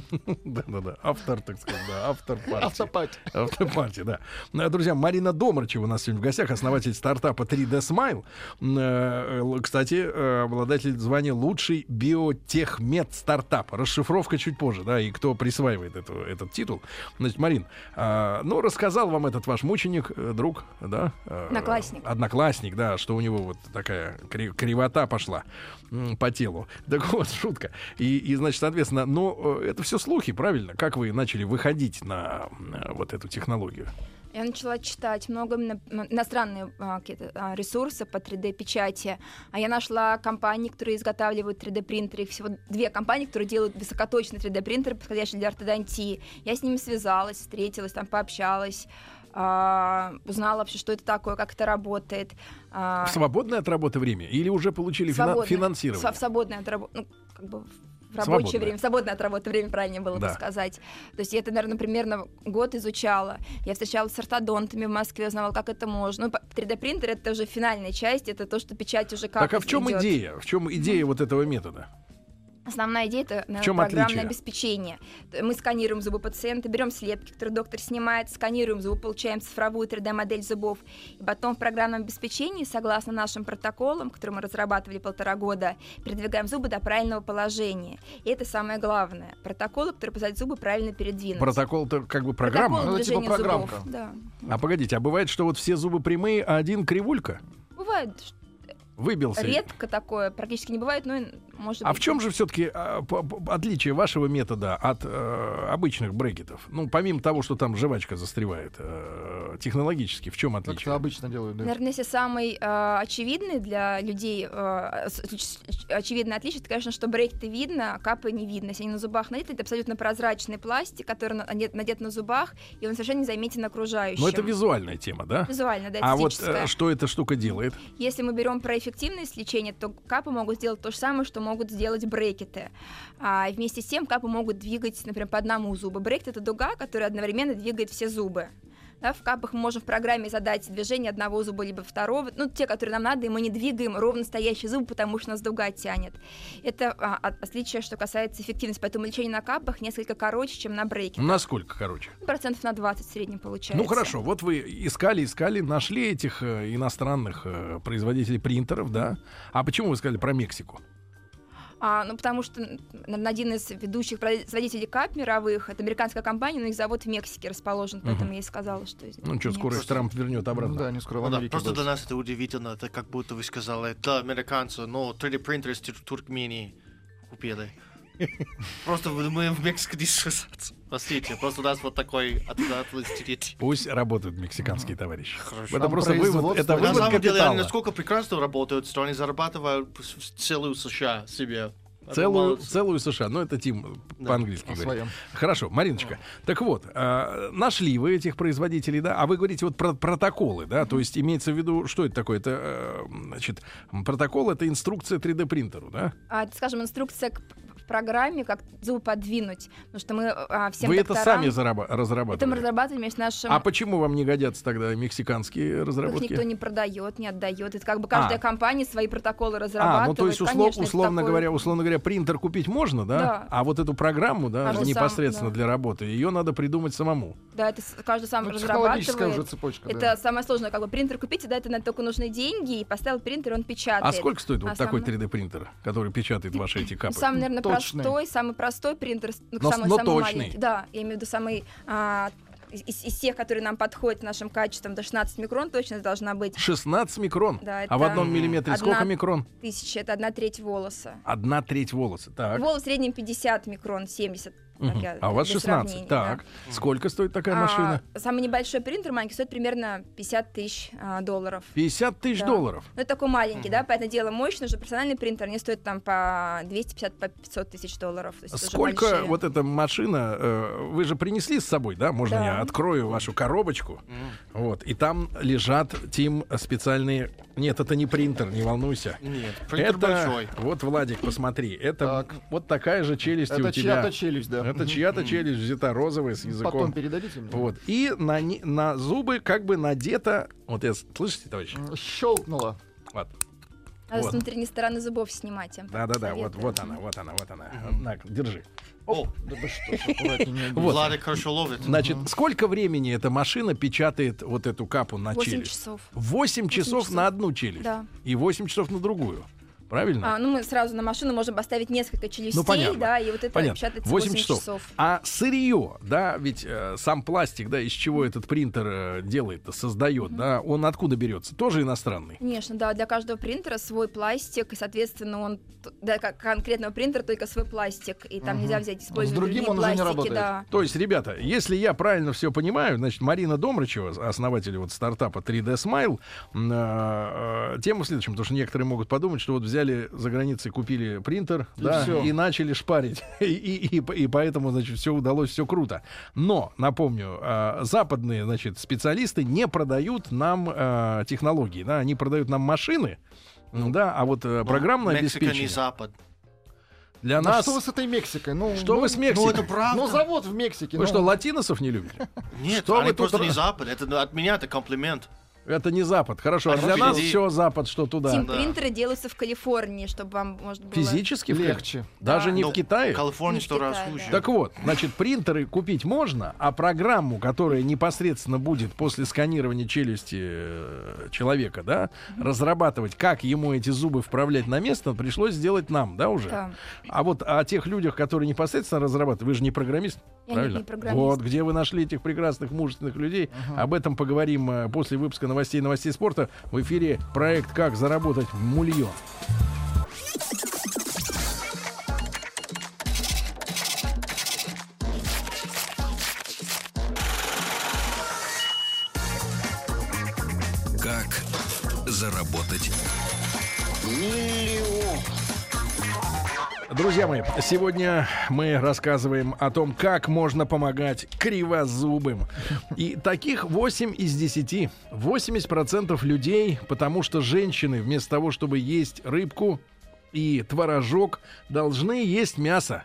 Speaker 2: Да-да-да, автор, так сказать, да, автор партии.
Speaker 3: Автопать.
Speaker 2: Автопати, да. Ну, а, Друзья, Марина Домрачева у нас сегодня в гостях, основатель стартапа 3D Smile. М, э, л- Кстати, э, обладатель звания лучший биотехмед стартап. Расшифровка чуть позже, да, и кто присваивает эту, этот титул. Значит, Марин, а, ну, рассказал вам этот ваш мученик, э, друг, да? э,
Speaker 4: Одноклассник.
Speaker 2: Одноклассник, да, что у него вот такая кри- кривота пошла м, по телу. Так вот, шутка. И, и, значит, соответственно, но э, это все слухи, правильно? Как вы начали выходить на э, вот эту технологию?
Speaker 4: Я начала читать много именно, м, иностранные а, какие-то а, ресурсы по 3D-печати. А я нашла компании, которые изготавливают 3D-принтеры. Их всего две компании, которые делают высокоточные 3D-принтеры, подходящие для ортодонтии. Я с ними связалась, встретилась, там пообщалась. а, узнала вообще, что это такое, как это работает. а,
Speaker 2: В свободное от работы время? Или уже получили фина-
Speaker 4: свободное-
Speaker 2: финансирование?
Speaker 4: сва- В свободное от работы. Ну, как бы в рабочее
Speaker 2: Свободное.
Speaker 4: время, в свободное от работы время, правильнее было
Speaker 2: Да.
Speaker 4: бы сказать. То есть я это, наверное, примерно год изучала. Я встречалась с ортодонтами в Москве, узнавала, как это можно. Ну, 3D-принтер — это уже финальная часть, это то, что печать уже как
Speaker 2: так а в чем
Speaker 4: идёт.
Speaker 2: идея? В чем идея вот этого метода?
Speaker 4: Основная идея это наверное,
Speaker 2: чем
Speaker 4: программное
Speaker 2: отличие?
Speaker 4: обеспечение. То- Мы сканируем зубы пациента, берем слепки, которые доктор снимает, сканируем зубы, получаем цифровую 3D-модель зубов. И потом в программном обеспечении, согласно нашим протоколам, которые мы разрабатывали полтора года, передвигаем зубы до правильного положения. И это самое главное. Протоколы, которые позволяют зубы правильно передвинуть.
Speaker 2: Протокол-то как бы
Speaker 4: Протокол
Speaker 2: программа.
Speaker 3: Ну, это типа
Speaker 4: движения зубов,
Speaker 3: программка.
Speaker 4: Да.
Speaker 2: А погодите, а бывает, что вот все зубы прямые, а один кривулька?
Speaker 4: Бывает что
Speaker 2: Выбился.
Speaker 4: редко такое, практически не бывает, но и может
Speaker 2: А
Speaker 4: быть.
Speaker 2: в чем же а, все-таки отличие вашего метода от э, обычных брекетов? Ну, помимо того, что там жвачка застревает, э, технологически, в чем
Speaker 3: Как
Speaker 2: отличие?
Speaker 3: это обычно делают, да.
Speaker 4: Наверное, если самый э, очевидный для людей э, с- оч- оч- очевидное отличие, это, конечно, что брекеты видно, а капы не видно. Если они на зубах надеты, это абсолютно прозрачный пластик, который на- надет, надет на зубах, и он совершенно не заметен окружающим.
Speaker 2: Ну, это визуальная тема, да?
Speaker 4: Визуально, да,
Speaker 2: А вот
Speaker 4: эстетическое.
Speaker 2: э, что эта штука делает?
Speaker 4: Если мы берем про эффективность лечения, то капы могут сделать то же самое, что могут сделать брекеты. А вместе с тем капы могут двигать, например, по одному зубу. Брекет — это дуга, которая одновременно двигает все зубы. Да, в капах мы можем в программе задать движение одного зуба либо второго, ну, те, которые нам надо, и мы не двигаем ровно стоящий зуб, потому что нас дуга тянет. Это а, от- отличие, что касается эффективности, поэтому лечение на капах несколько короче, чем на брекете. Ну,
Speaker 2: Насколько, короче?
Speaker 4: Процентов на 20 в среднем получается.
Speaker 2: Ну хорошо, вот вы искали, искали, нашли этих э, иностранных э, производителей принтеров, да? А почему вы сказали про Мексику?
Speaker 4: А, ну, потому что н- наверно, один из ведущих производителей кап мировых, это американская компания, но их завод в Мексике расположен, поэтому я и сказала, что... из-
Speaker 2: Ну что,
Speaker 4: нет.
Speaker 2: скоро их Трамп вернет
Speaker 3: Ну
Speaker 2: обратно.
Speaker 3: да, не скоро в
Speaker 5: Ну да,
Speaker 3: Америке
Speaker 5: просто
Speaker 3: будет.
Speaker 5: для нас это удивительно, это как будто вы сказали, это американцы, но 3D принтер из Тур- Туркмении купили. Просто мы думаем в Мексике не сосаться. Простите, просто у нас вот такой от- от- стереотип.
Speaker 2: Пусть работают мексиканские товарищи.
Speaker 5: Хорошо.
Speaker 2: Это
Speaker 3: Там
Speaker 2: просто вывод,
Speaker 3: производство.
Speaker 2: это
Speaker 3: На
Speaker 5: На
Speaker 2: вывод
Speaker 5: самом деле, они
Speaker 2: капитала.
Speaker 5: насколько прекрасно работают, что они зарабатывают п- с- целую США себе. Это
Speaker 2: Целую,
Speaker 5: мало-
Speaker 2: целую США. Ну, это Тим
Speaker 5: Да,
Speaker 2: по-английски
Speaker 3: о
Speaker 2: говорит.
Speaker 3: своем.
Speaker 2: Хорошо, Мариночка. Так вот, а, нашли вы этих производителей, да? А вы говорите вот про протоколы, да? То есть имеется в виду, что это такое? Это, э, значит, протокол — это инструкция 3D-принтеру, да?
Speaker 4: А, это, скажем, инструкция к п- в программе, как зубы подвинуть, потому что мы а, всем
Speaker 2: вы это
Speaker 4: докторам-
Speaker 2: сами зараба-
Speaker 4: Это мы
Speaker 2: разрабатывали?
Speaker 4: разрабатывали вместе с нашим...
Speaker 2: А почему вам не годятся тогда мексиканские
Speaker 4: их
Speaker 2: разработки?
Speaker 4: никто не продает, не отдает. Это как бы каждая
Speaker 2: А.
Speaker 4: компания свои протоколы разрабатывает.
Speaker 2: А, ну то есть услов-
Speaker 4: Конечно, это
Speaker 2: условно
Speaker 4: такое-
Speaker 2: говоря, условно говоря, принтер купить можно, да?
Speaker 4: Да.
Speaker 2: А вот эту программу, да,
Speaker 4: Каждый сам,
Speaker 2: непосредственно
Speaker 4: да.
Speaker 2: для работы, ее надо придумать самому.
Speaker 4: Да, это с- каждый сам
Speaker 3: Ну, психологическая
Speaker 4: разрабатывает.
Speaker 3: уже цепочка,
Speaker 4: это
Speaker 3: да.
Speaker 4: самое сложное, как бы принтер купить, и да, это на только нужны деньги, и поставил принтер, он печатает.
Speaker 2: А сколько стоит вот такой
Speaker 4: Основной-
Speaker 2: 3D принтер, который печатает ваши эти
Speaker 4: Ну,
Speaker 2: капы?
Speaker 4: Самый, наверное,
Speaker 3: Точный.
Speaker 4: простой, самый простой принтер, ну,
Speaker 2: Но-
Speaker 4: самый,
Speaker 2: но
Speaker 4: самый
Speaker 2: точный.
Speaker 4: маленький. Да, я имею в виду самый а, из, из- из тех, которые нам подходят нашим качеством, до 16 микрон точно должна быть
Speaker 2: 16 микрон.
Speaker 4: Да,
Speaker 2: а в
Speaker 4: это
Speaker 2: одном миллиметре сколько
Speaker 4: одна-
Speaker 2: микрон?
Speaker 4: тысяча, это одна треть волоса.
Speaker 2: Одна треть волоса. Так.
Speaker 4: Волос в среднем 50 микрон, 70. так
Speaker 2: Мгм.
Speaker 4: я-
Speaker 2: А у вас
Speaker 4: для
Speaker 2: 16.
Speaker 4: сравнения,
Speaker 2: Так. Сколько стоит такая
Speaker 4: да.
Speaker 2: машина?
Speaker 4: А, самый небольшой принтер маленький стоит примерно 50 тысяч а, долларов.
Speaker 2: 50 тысяч
Speaker 4: Да.
Speaker 2: долларов.
Speaker 4: Ну, это такой маленький, да, понятное дело, мощный, уже персональный принтер, они стоят там по 250, по 500 тысяч долларов. То есть это уже
Speaker 2: Сколько
Speaker 4: большие.
Speaker 2: вот эта машина, э, вы же принесли с собой, да? Можно
Speaker 4: Да.
Speaker 2: я открою вашу коробочку?
Speaker 5: М.
Speaker 2: Вот, и там лежат, Тим, специальные... Нет, это не принтер, не волнуйся.
Speaker 5: Нет, принтер
Speaker 2: это...
Speaker 5: большой.
Speaker 2: Вот, Владик, посмотри, это
Speaker 3: Так.
Speaker 2: вот такая же челюсть у
Speaker 3: Это
Speaker 2: тебя.
Speaker 3: чья-то челюсть, да.
Speaker 2: Это чья-то челюсть взята розовая с языком.
Speaker 3: Потом передадите мне.
Speaker 2: Вот. И на, ни- на зубы как бы надето... Вот я... с- Слышите, товарищ?
Speaker 3: М, Щелкнуло.
Speaker 2: Вот.
Speaker 4: Надо
Speaker 2: Вот.
Speaker 4: с внутренней стороны зубов снимать. я вам
Speaker 2: Да-да-да, вот,
Speaker 4: советую.
Speaker 2: вот она, вот она, вот она.
Speaker 5: Мгм.
Speaker 2: На, держи.
Speaker 5: О,
Speaker 3: Да вы что ж, аккуратнее.
Speaker 2: Вот.
Speaker 5: Владик хорошо ловит.
Speaker 2: Значит, сколько времени эта машина печатает вот эту капу на
Speaker 4: 8
Speaker 2: челюсть?
Speaker 4: часов.
Speaker 2: 8 часов
Speaker 4: часов.
Speaker 2: на одну челюсть.
Speaker 4: Да.
Speaker 2: И 8 часов на другую. Правильно?
Speaker 4: А, ну, мы сразу на машину можем поставить несколько челюстей,
Speaker 2: понятно.
Speaker 4: да, и вот это
Speaker 2: Понятно.
Speaker 4: печатается
Speaker 2: 8
Speaker 4: 8,
Speaker 2: часов. А сырье, да, ведь э, сам пластик, да, из чего этот принтер э, делает, создает, да, он откуда берется? Тоже иностранный.
Speaker 4: Конечно, да, для каждого принтера свой пластик, и, соответственно, он т- для ко- конкретного принтера только свой пластик, и там
Speaker 3: Мгм.
Speaker 4: нельзя взять использовать
Speaker 3: другим
Speaker 4: другие
Speaker 3: он уже не
Speaker 4: пластики,
Speaker 3: работает.
Speaker 4: да.
Speaker 2: То есть, ребята, если я правильно все понимаю, значит, Марина Домрачева, основатель вот стартапа 3D Smile, м, э, э, тема в следующем, потому что некоторые могут подумать, что вот взяли за границей, купили принтер,
Speaker 3: И
Speaker 2: да,
Speaker 3: всё.
Speaker 2: и начали шпарить. И, и- и по- и поэтому, значит, все удалось, все круто. Но, напомню, э, западные, значит, специалисты не продают нам э, технологии, да, они продают нам машины, м, да, а вот э, программное
Speaker 5: Ну, Мексика не
Speaker 2: обеспечение
Speaker 5: запад.
Speaker 2: для
Speaker 3: Ну
Speaker 2: нас...
Speaker 3: что вы с этой Мексикой? Ну,
Speaker 2: Что
Speaker 3: ну,
Speaker 2: вы с
Speaker 5: Ну
Speaker 2: Мексикой?
Speaker 5: это
Speaker 3: Ну,
Speaker 5: правда.
Speaker 3: завод в Мексике.
Speaker 2: Вы
Speaker 3: ну.
Speaker 2: что, латиносов не любите?
Speaker 5: Нет,
Speaker 2: Что вы
Speaker 5: они
Speaker 2: тут
Speaker 5: просто не
Speaker 2: ра-
Speaker 5: запад. Это ну, от меня это комплимент.
Speaker 2: Это не Запад, хорошо. А
Speaker 5: А
Speaker 2: для нас
Speaker 5: впереди-
Speaker 2: все Запад, что туда.
Speaker 4: Тим,
Speaker 5: Да.
Speaker 4: принтеры делаются в Калифорнии, чтобы вам, может, было...
Speaker 2: Физически в Китае?
Speaker 3: легче.
Speaker 2: Даже
Speaker 4: Да.
Speaker 2: не в
Speaker 5: Ну,
Speaker 2: Китае.
Speaker 4: Не
Speaker 5: Калифорния
Speaker 4: в
Speaker 5: сто раз
Speaker 4: Китае,
Speaker 5: хуже.
Speaker 4: да.
Speaker 2: Так вот, значит, принтеры купить можно, а программу, которая непосредственно будет после сканирования челюсти э, человека, да, разрабатывать, как ему эти зубы вправлять на место, пришлось сделать нам, да, уже.
Speaker 4: Да.
Speaker 2: А вот о тех людях, которые непосредственно разрабатывают, вы же не программист,
Speaker 4: Я не-
Speaker 2: правильно?
Speaker 4: не программист.
Speaker 2: Вот где вы нашли этих прекрасных мужественных людей. Об этом поговорим э, после выпуска новостей и новостей спорта. В эфире проект «Как заработать мульон».
Speaker 1: Как заработать?
Speaker 2: Друзья мои, сегодня мы рассказываем о том, как можно помогать кривозубым. И таких 8 из 10. 80% людей, потому что женщины вместо того, чтобы есть рыбку и творожок, должны есть мясо.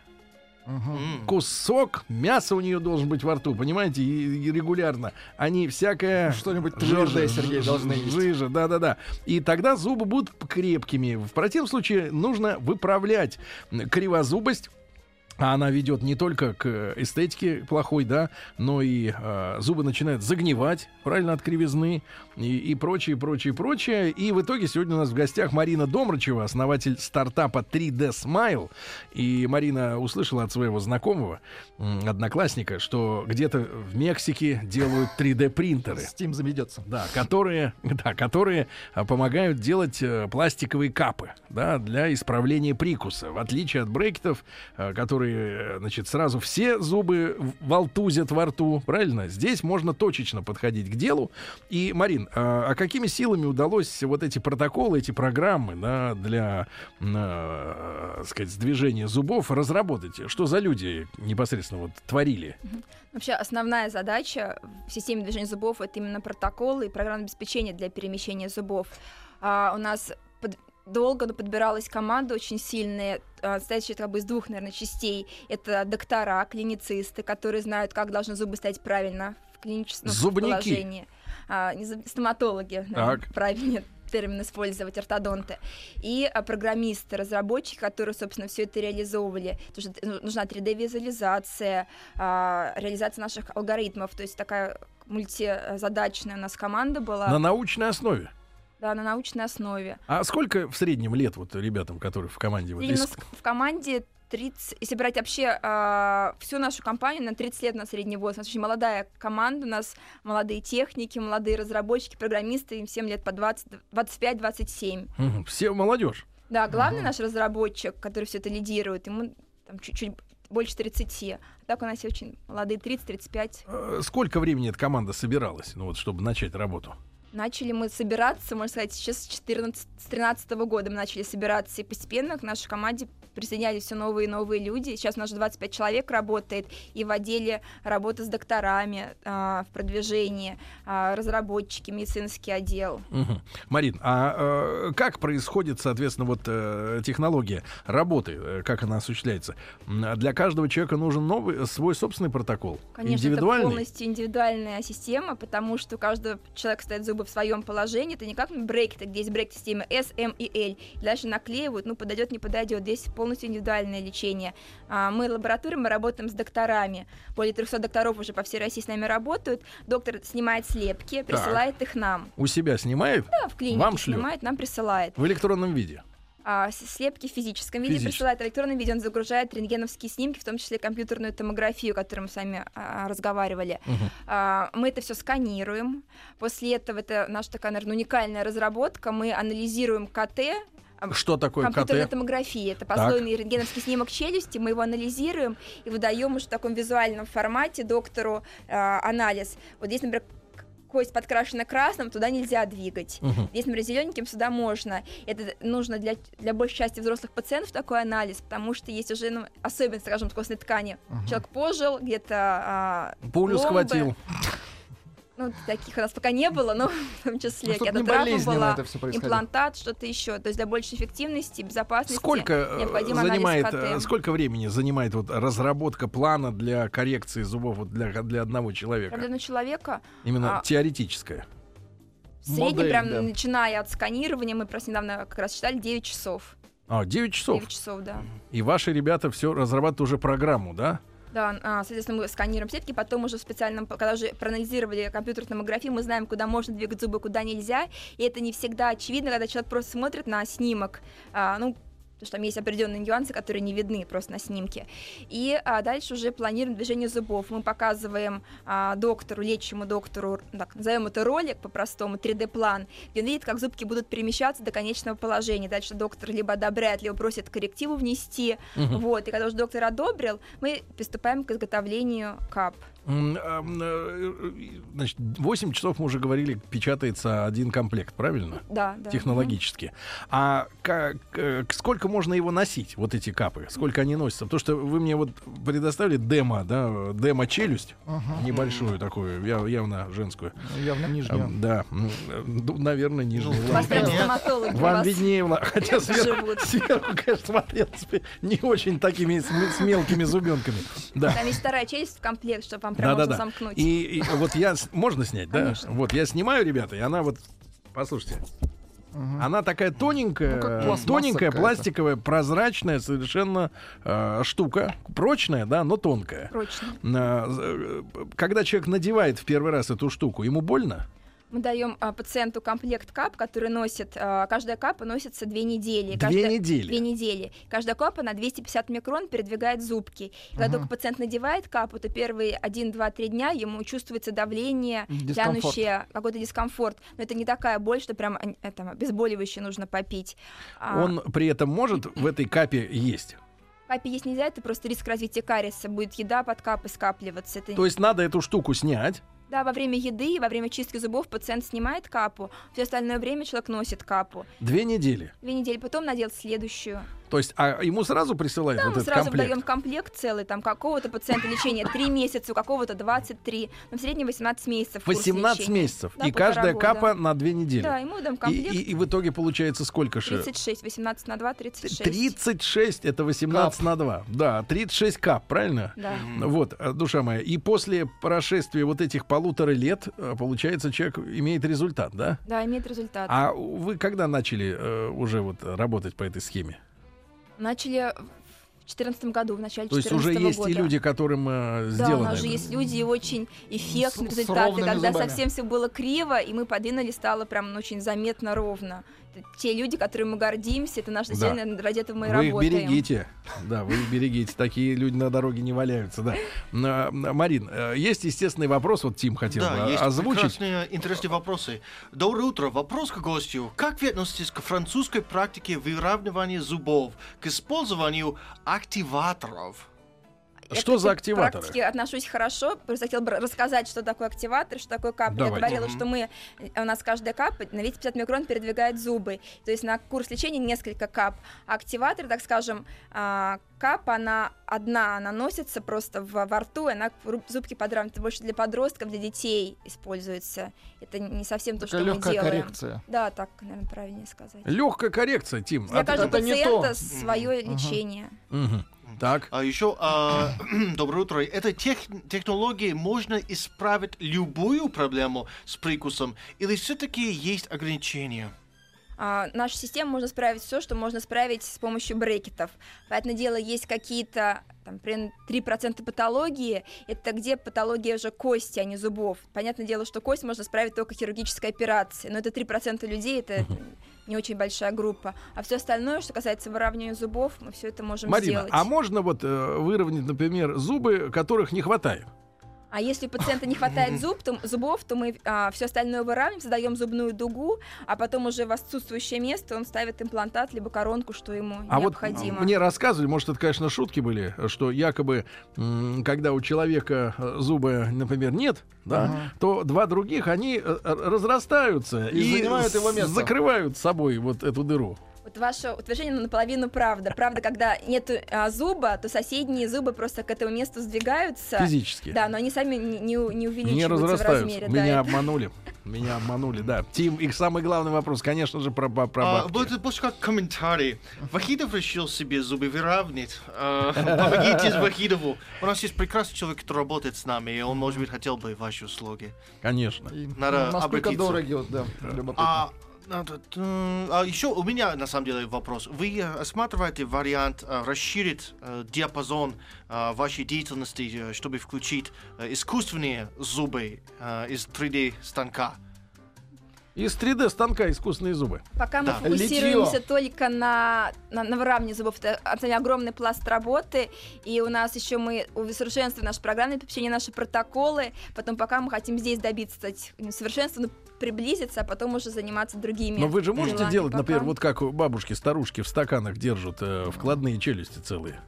Speaker 5: М.
Speaker 2: Кусок мяса у нее должен быть во рту, понимаете, и, и регулярно. Они всякое...
Speaker 3: Ну, Что-нибудь твердое,
Speaker 2: жижа,
Speaker 3: Сергей,
Speaker 2: ж-
Speaker 3: должны
Speaker 2: ж-
Speaker 3: есть.
Speaker 2: Жижа, да-да-да. И тогда зубы будут крепкими. В противном случае нужно выправлять кривозубость. А она ведет не только к эстетике плохой, да, но и э, зубы начинают загнивать, правильно, от кривизны и, и прочее, прочее, прочее. И в итоге сегодня у нас в гостях Марина Домрачева, основатель стартапа 3D Smile. И Марина услышала от своего знакомого, м, одноклассника, что где-то в Мексике делают 3D-принтеры.
Speaker 3: Steam заведется.
Speaker 2: Да, которые, да, которые а, помогают делать э, пластиковые капы, да, для исправления прикуса. В отличие от брекетов, э, которые, э, значит, сразу все зубы в- волтузят во рту, правильно? Здесь можно точечно подходить к делу. И, Марин, а а какими силами удалось вот эти протоколы, эти программы да, для, м, э, так сказать, сдвижения зубов разработать? Что за люди непосредственно вот творили?
Speaker 4: Вообще основная задача в системе движения зубов это именно протоколы и программное обеспечение для перемещения зубов. А, у нас под- долго ну, подбиралась команда очень сильная, а, состоящая как бы из двух, наверное, частей. Это доктора, клиницисты, которые знают, как должны зубы стоять правильно в клиническом
Speaker 2: Зубники.
Speaker 4: положении. А, не зуб- стоматологи, наверное,
Speaker 2: Так.
Speaker 4: правильнее термин использовать, ортодонты. И а, программисты, разработчики, которые, собственно, все это реализовывали. Потому что ну, нужна 3D-визуализация, а, реализация наших алгоритмов. То есть такая мультизадачная у нас команда была
Speaker 2: На научной основе?
Speaker 4: да, на научной основе.
Speaker 2: А сколько в среднем лет вот ребятам, которые в команде? Вот,
Speaker 4: Или у
Speaker 2: из-
Speaker 4: нас в команде 30, если брать вообще а, всю нашу компанию, на 30 лет на средний возраст. У нас очень молодая команда, у нас молодые техники, молодые разработчики, программисты, им 7 лет по 20, 25-27.
Speaker 2: Мгм, Все молодежь.
Speaker 4: Да, главный наш разработчик, который все это лидирует, ему там чуть-чуть больше 30. А так у нас все очень молодые, 30-35.
Speaker 2: Э, Сколько времени эта команда собиралась, ну вот, чтобы начать работу?
Speaker 4: Начали мы собираться, можно сказать, сейчас с 14, с 13 года мы начали собираться, и постепенно к нашей команде присоединялись все новые и новые люди. Сейчас у нас уже 25 человек работает, и в отделе работы с докторами а, в продвижении, а, разработчики, медицинский отдел.
Speaker 2: Мгм. Марин, а э, как происходит, соответственно, вот э, технология работы, э, как она осуществляется? М, а Для каждого человека нужен новый, э, свой собственный протокол,
Speaker 4: Конечно, это
Speaker 2: индивидуальный.
Speaker 4: полностью индивидуальная система, потому что у каждого человека стоят зубы в своем положении. Это не как на брекеты, где есть брекет системы S, M и L. И Дальше наклеивают, ну подойдет, не подойдет. Здесь полностью индивидуальное лечение. А, Мы лаборатория, мы работаем с докторами. Более 300 докторов уже по всей России с нами работают. Доктор снимает слепки, присылает их нам.
Speaker 2: У себя снимает
Speaker 4: Да, в клинике
Speaker 2: Вам шлют?
Speaker 4: снимает, нам присылает.
Speaker 2: в электронном виде.
Speaker 4: а, с- слепки в физическом виде
Speaker 2: Физически.
Speaker 4: присылает электронное видео, он загружает рентгеновские снимки, в том числе компьютерную томографию, о которой мы с вами а, разговаривали. А, мы это все сканируем. После этого это наша такая, наверное, уникальная разработка. Мы анализируем КТ, а,
Speaker 2: Что такое
Speaker 4: компьютерная
Speaker 2: КТ?
Speaker 4: томография. Это
Speaker 2: Так.
Speaker 4: послойный рентгеновский снимок челюсти. Мы его анализируем и выдаем уже в таком визуальном формате доктору э, анализ. Вот здесь, например, к- кость подкрашена красным, туда нельзя двигать.
Speaker 2: Мгм.
Speaker 4: Здесь, например, зелененьким сюда можно. Это нужно для, для большей части взрослых пациентов такой анализ, потому что есть уже ну, особенность, скажем, костной ткани.
Speaker 3: Мгм.
Speaker 4: Человек пожил, где-то... а,
Speaker 2: Пулю
Speaker 4: пломбы.
Speaker 2: схватил.
Speaker 4: Ну, таких у нас пока не было, но в том числе
Speaker 3: чтобы
Speaker 4: где-то
Speaker 3: Ну, не
Speaker 4: травма
Speaker 3: болезненно
Speaker 4: была
Speaker 3: это все происходило.
Speaker 4: имплантат, что-то еще. То есть для большей эффективности, безопасности.
Speaker 2: Сколько э,
Speaker 4: необходим анализ
Speaker 2: занимает,
Speaker 4: КТ.
Speaker 2: э, сколько времени занимает вот разработка плана для коррекции зубов вот для, для одного
Speaker 4: Прям
Speaker 2: человека?
Speaker 4: для одного человека
Speaker 2: Именно
Speaker 4: а-
Speaker 2: теоретическое.
Speaker 4: в среднем,
Speaker 3: Модель,
Speaker 4: прям
Speaker 3: да.
Speaker 4: начиная от сканирования, мы просто недавно как раз считали 9 часов.
Speaker 2: А, 9 часов.
Speaker 4: 9 часов, да.
Speaker 2: И ваши ребята все разрабатывают уже программу, да?
Speaker 4: Да, а, соответственно, мы сканируем сетки, потом уже в специальном, когда уже проанализировали компьютерную томографию, мы знаем, куда можно двигать зубы, куда нельзя. И это не всегда очевидно, когда человек просто смотрит на снимок. а, ну, потому что там есть определенные нюансы, которые не видны просто на снимке. И а, дальше уже планируем движение зубов. Мы показываем а, доктору, лечащему доктору, так, назовем это ролик по-простому, 3D-план, где он видит, как зубки будут перемещаться до конечного положения. Дальше доктор либо одобряет, либо просит коррективу внести. Вот, и когда уже доктор одобрил, мы приступаем к изготовлению кап.
Speaker 2: М, а, м, э, Значит, 8 часов мы уже говорили, печатается один комплект, правильно?
Speaker 4: Да, да.
Speaker 2: Технологически. А как, э, сколько можно его носить, вот эти капы? Сколько они носятся? Потому что вы мне вот предоставили демо, да, демо-челюсть,
Speaker 3: Ага.
Speaker 2: небольшую такую, яв- явно женскую.
Speaker 3: Явно
Speaker 2: А,
Speaker 3: нижняя.
Speaker 2: Да, м, э, ну, наверное, нижнюю.
Speaker 5: Ну,
Speaker 4: Мгм. Вас прям
Speaker 5: Нет.
Speaker 4: стоматологи. у
Speaker 2: Вам
Speaker 4: вас.
Speaker 2: виднее, Вла- хотя сверху,
Speaker 4: живут.
Speaker 2: сверху, конечно, смотрел себе не очень такими с, с мелкими зубенками. Да.
Speaker 4: Там есть вторая челюсть в комплект, чтобы вам прям
Speaker 2: Да, да,
Speaker 4: можно
Speaker 2: да.
Speaker 4: замкнуть.
Speaker 2: И, и вот я с- можно снять, да?
Speaker 4: Конечно.
Speaker 2: Вот я снимаю, ребята, и она вот, послушайте,
Speaker 3: Мгм.
Speaker 2: она такая
Speaker 3: Ну, как
Speaker 2: тоненькая, э,
Speaker 3: пластмасса
Speaker 2: тоненькая,
Speaker 3: какая-то.
Speaker 2: пластиковая, прозрачная совершенно э, штука, прочная, да, но тонкая.
Speaker 4: Прочно.
Speaker 2: На- э, Когда человек надевает в первый раз эту штуку, ему больно?
Speaker 4: Мы даем а, пациенту комплект кап, который носит... а, каждая капа носится две недели.
Speaker 2: Две
Speaker 4: Каждая-
Speaker 2: недели.
Speaker 4: Две недели. Каждая капа на 250 микрон передвигает зубки. И Когда
Speaker 3: Мгм.
Speaker 4: только пациент надевает капу, то первые 1, 2, 3 дня ему чувствуется давление,
Speaker 3: Дискомфорт.
Speaker 4: тянущее, какой-то дискомфорт. Но это не такая боль, что прям а, э, там, обезболивающее нужно попить. А,
Speaker 2: Он при этом может в этой капе есть.
Speaker 4: Капе есть нельзя, это просто риск развития кариеса. Будет еда под капы скапливаться. Это...
Speaker 2: То есть надо эту штуку снять.
Speaker 4: Да, во время еды и во время чистки зубов пациент снимает капу, все остальное время человек носит капу.
Speaker 2: Две недели.
Speaker 4: Две недели потом надел следующую.
Speaker 2: То есть, а ему сразу присылают
Speaker 4: Да,
Speaker 2: вот
Speaker 4: мы
Speaker 2: этот
Speaker 4: сразу
Speaker 2: комплект.
Speaker 4: даем комплект целый, там какого-то пациента лечение 3 месяца, у какого-то 23, но в среднем 18 месяцев. курс
Speaker 2: 18
Speaker 4: лечения.
Speaker 2: месяцев.
Speaker 4: Да,
Speaker 2: и
Speaker 4: полтора
Speaker 2: каждая
Speaker 4: года.
Speaker 2: капа на две недели.
Speaker 4: Да, и мы даем
Speaker 2: и,
Speaker 4: комплект
Speaker 2: и- и в итоге получается сколько же?
Speaker 4: 36, 18 на 2, 36.
Speaker 2: 36 это 18 на 2. Да, 36 кап, правильно?
Speaker 4: Да.
Speaker 2: Вот, э, душа моя. И после прошествия вот этих полутора лет, э, получается, человек имеет результат, да?
Speaker 4: да, имеет результат.
Speaker 2: А у- вы когда начали э, уже вот работать по этой схеме?
Speaker 4: Начали в 2014 году, в начале
Speaker 2: То есть
Speaker 4: 2014
Speaker 2: уже есть
Speaker 4: года.
Speaker 2: и люди, которым э,
Speaker 4: Да, у
Speaker 2: сделано.
Speaker 4: нас же
Speaker 2: это?
Speaker 4: есть люди и очень эффектные
Speaker 3: С- с
Speaker 4: результаты,
Speaker 3: ровными
Speaker 4: когда
Speaker 3: зубами.
Speaker 4: совсем все было криво, и мы подвинули, стало прям ну, очень заметно ровно. Это те люди, которыми мы гордимся, это наш
Speaker 2: Да.
Speaker 4: цель, наверное, ради этого мы и
Speaker 2: вы их
Speaker 4: работаем.
Speaker 2: берегите. Да, вы их берегите. Такие люди на дороге не валяются, да. На- на- Марин, э, есть естественный вопрос, вот Тим хотел
Speaker 5: Да,
Speaker 2: э,
Speaker 5: есть
Speaker 2: озвучить.
Speaker 5: прекрасные, интересные вопросы. Доброе утро. Вопрос к гостю. Как вы относитесь к французской практике выравнивания зубов, к использованию активаторов?
Speaker 4: Я
Speaker 2: Что
Speaker 4: к
Speaker 2: за
Speaker 4: этой
Speaker 2: активаторы?
Speaker 4: практике отношусь хорошо. Просто хотела бы рассказать, что такое активатор, что такое капля. Я
Speaker 2: Давай.
Speaker 4: говорила,
Speaker 5: Мгм.
Speaker 4: что мы, э, у нас каждая капа на 250 микрон передвигает зубы. То есть на курс лечения несколько кап. А активатор, так скажем, а, кап, она одна, она носится просто в- во рту, и она ру- зубки подравнивает. Это больше для подростков, для детей используется. Это не совсем то,
Speaker 3: Такая
Speaker 4: что мы
Speaker 3: легкая
Speaker 4: делаем.
Speaker 3: коррекция.
Speaker 4: Да, так, наверное, правильнее сказать.
Speaker 2: Легкая коррекция, Тим.
Speaker 4: Для
Speaker 2: Э, А ты-
Speaker 4: каждого
Speaker 3: это не то.
Speaker 4: пациента свое
Speaker 3: Мгм.
Speaker 4: лечение.
Speaker 2: Мгм. Так.
Speaker 5: А еще, а, доброе утро. Этой тех- технологией можно исправить любую проблему с прикусом или все-таки есть ограничения?
Speaker 4: А, А, нашу систему можно справить все, что можно справить с помощью брекетов. Понятное дело, есть какие-то там, примерно 3% патологии, это где патология уже кости, а не зубов. Понятное дело, что кость можно справить только хирургической операцией, но это 3% людей, это не очень большая группа. А все остальное, что касается выравнивания зубов, мы все это можем
Speaker 2: Марина,
Speaker 4: сделать.
Speaker 2: а можно вот э, выровнять, например, зубы, которых не хватает?
Speaker 4: А если у пациента не хватает зуб, то, зубов, то мы все остальное выравниваем, задаем зубную дугу, а потом уже в отсутствующее место он ставит имплантат либо коронку, что ему
Speaker 2: А вот
Speaker 4: необходимо.
Speaker 2: мне рассказывали, может, это, конечно, шутки были, что якобы, м, когда у человека э, зуба, например, нет, да,
Speaker 3: Ага.
Speaker 2: то два других, они э, разрастаются
Speaker 3: И занимают его место.
Speaker 2: закрывают собой вот эту дыру.
Speaker 4: Вот ваше утверждение оно наполовину правда. Правда, когда нет а, зуба, то соседние зубы просто к этому месту сдвигаются.
Speaker 2: Физически.
Speaker 4: Да, но они сами не, не у- не
Speaker 2: не
Speaker 4: увеличиваются в
Speaker 2: разрастаются.
Speaker 4: размере. да,
Speaker 2: Меня
Speaker 4: это-
Speaker 2: обманули. Меня обманули, да. Тим, их самый главный вопрос, конечно же, про, ба- про
Speaker 5: А,
Speaker 2: бабки.
Speaker 5: вот это больше как комментарий. Вахидов решил себе зубы выравнять. А, Помогите Вахидову. У нас есть прекрасный человек, который работает с нами, и он, может быть, хотел бы ваши услуги.
Speaker 2: Конечно.
Speaker 3: И,
Speaker 5: Надо
Speaker 3: ну, насколько
Speaker 5: обратиться.
Speaker 3: дороги, вот, да, любопытно.
Speaker 5: А, надо, м, а еще у меня на самом деле вопрос. Вы э, осматриваете вариант э, расширить э, диапазон э, вашей деятельности, э, чтобы включить э, искусственные зубы э, из 3D станка?
Speaker 2: Из 3D станка искусственные зубы.
Speaker 4: Пока
Speaker 5: Да.
Speaker 4: мы фокусируемся
Speaker 3: Литьё.
Speaker 4: только на, на, на выравнивании зубов, это на самом деле, огромный пласт работы, и у нас еще мы усовершенствуем наше программное обеспечение, наши протоколы, потом пока мы хотим здесь добиться кстати, совершенства, ну, приблизиться, а потом уже заниматься другими
Speaker 2: Но вы же можете
Speaker 4: делами.
Speaker 2: делать,
Speaker 4: Пока-
Speaker 2: например, вот как у бабушки, старушки в стаканах держат э, вкладные челюсти целые.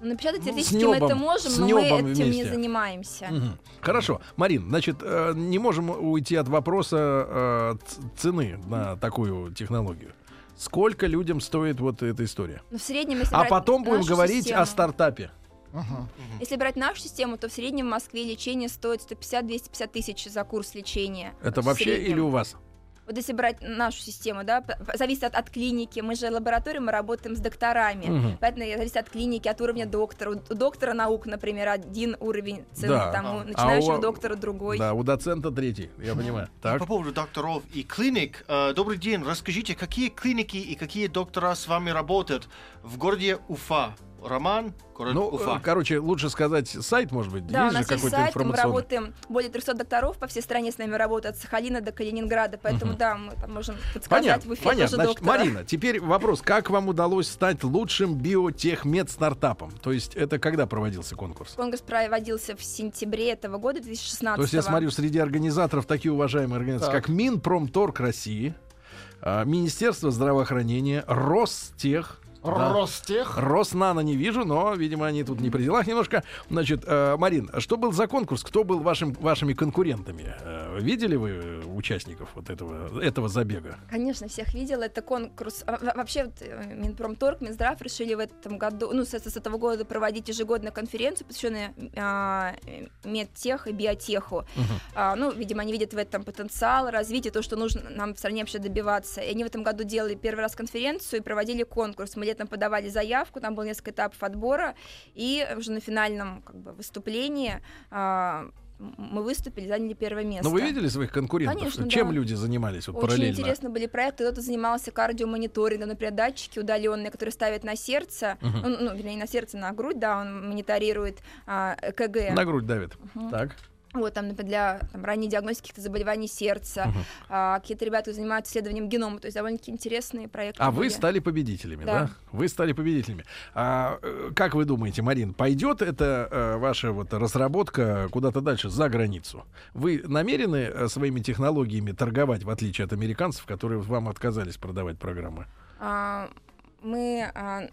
Speaker 4: Ну, Напечатать
Speaker 2: с
Speaker 4: теоретически мы это
Speaker 2: нёбом,
Speaker 4: можем,
Speaker 2: с
Speaker 4: но мы
Speaker 2: нёбом
Speaker 4: этим не
Speaker 2: вместе.
Speaker 4: занимаемся.
Speaker 2: Мгм. Хорошо. Марин, значит, э, не можем уйти от вопроса э, ц- цены на такую технологию. Сколько людям стоит вот эта история?
Speaker 4: Но Ну, в среднем, если
Speaker 2: А
Speaker 4: брать
Speaker 2: потом будем
Speaker 4: нашу
Speaker 2: говорить
Speaker 4: систему-
Speaker 2: о стартапе.
Speaker 3: Ага.
Speaker 4: Если брать нашу систему, то в среднем в Москве лечение стоит 150-250 тысяч за курс лечения.
Speaker 2: Это
Speaker 4: В
Speaker 2: вообще
Speaker 4: среднем.
Speaker 2: или у вас?
Speaker 4: Вот если брать нашу систему, да, п- п- зависит от, от клиники. Мы же лаборатория, мы работаем с докторами.
Speaker 2: Мгм.
Speaker 4: Поэтому это зависит от клиники, от уровня доктора. У у доктора наук, например, один уровень цены,
Speaker 2: Да.
Speaker 4: там, у
Speaker 5: А
Speaker 4: начинающего
Speaker 2: у-
Speaker 4: доктора другой.
Speaker 2: Да, у доцента третий, я понимаю. Так.
Speaker 5: По поводу докторов и клиник. э, Добрый день. Расскажите, какие клиники и какие доктора с вами работают в городе Уфа? Роман, город
Speaker 2: Ну, э,
Speaker 5: Уфа.
Speaker 2: короче, лучше сказать сайт, может быть,
Speaker 4: Да, у
Speaker 2: есть же
Speaker 4: нас есть
Speaker 2: какой-то
Speaker 4: сайт, мы
Speaker 2: информационный.
Speaker 4: работаем, более 300 докторов по всей стране с нами работают, от Сахалина до Калининграда, поэтому, да, мы там можем подсказать
Speaker 2: Понятно,
Speaker 4: в эфире
Speaker 2: понятно.
Speaker 4: тоже
Speaker 2: Значит,
Speaker 4: доктора.
Speaker 2: Марина, теперь вопрос: как вам удалось стать лучшим биотехмед-стартапом? То есть, это когда проводился конкурс?
Speaker 4: Конгресс проводился в сентябре этого года, 2016
Speaker 2: То есть я смотрю, среди организаторов такие уважаемые организации,
Speaker 3: Так.
Speaker 2: как Минпромторг России, а, Министерство здравоохранения, Ростех. да.
Speaker 3: Ростех.
Speaker 2: Роснано не вижу, но, видимо, они тут не при делах немножко. Значит, э, Марин, что был за конкурс? Кто был вашим, вашими конкурентами? Э, видели вы э, участников вот этого, этого забега?
Speaker 4: Конечно, всех видела. Это конкурс. а, во- Вообще, вот, э, Минпромторг, Минздрав решили в этом году, ну, с, с этого года проводить ежегодную конференцию, посвященную а, э, медтех и биотеху. А, ну, видимо, они видят в этом потенциал, развитие, то, что нужно нам в стране вообще добиваться. И они в этом году делали первый раз конференцию и проводили конкурс. Мы летом подавали заявку, там было несколько этапов отбора, и уже на финальном как бы, выступлении а, м- мы выступили, заняли первое место.
Speaker 2: Ну, вы видели своих конкурентов?
Speaker 4: Конечно,
Speaker 2: Чем
Speaker 4: да.
Speaker 2: люди занимались вот
Speaker 4: Очень
Speaker 2: параллельно?
Speaker 4: интересно были проекты. Кто-то занимался кардиомониторингом, например, датчики удаленные, которые ставят на сердце,
Speaker 2: Мгм.
Speaker 4: ну, ну, вернее, не на сердце, на грудь, да, он мониторирует а, ЭКГ.
Speaker 2: На грудь давит.
Speaker 4: Мгм.
Speaker 2: Так.
Speaker 4: Вот, там, например, для там, ранней диагностики каких-то заболеваний сердца.
Speaker 2: Мгм.
Speaker 4: А, какие-то ребята занимаются исследованием генома, то есть довольно-таки интересные проекты.
Speaker 2: А вы
Speaker 4: были.
Speaker 2: стали победителями, да?
Speaker 4: Да.
Speaker 2: Вы стали победителями. А, э, как вы думаете, Марин, пойдет эта э, ваша вот разработка куда-то дальше, за границу? Вы намерены э, своими технологиями торговать, в отличие от американцев, которые вам отказались продавать программы?
Speaker 4: А, мы а,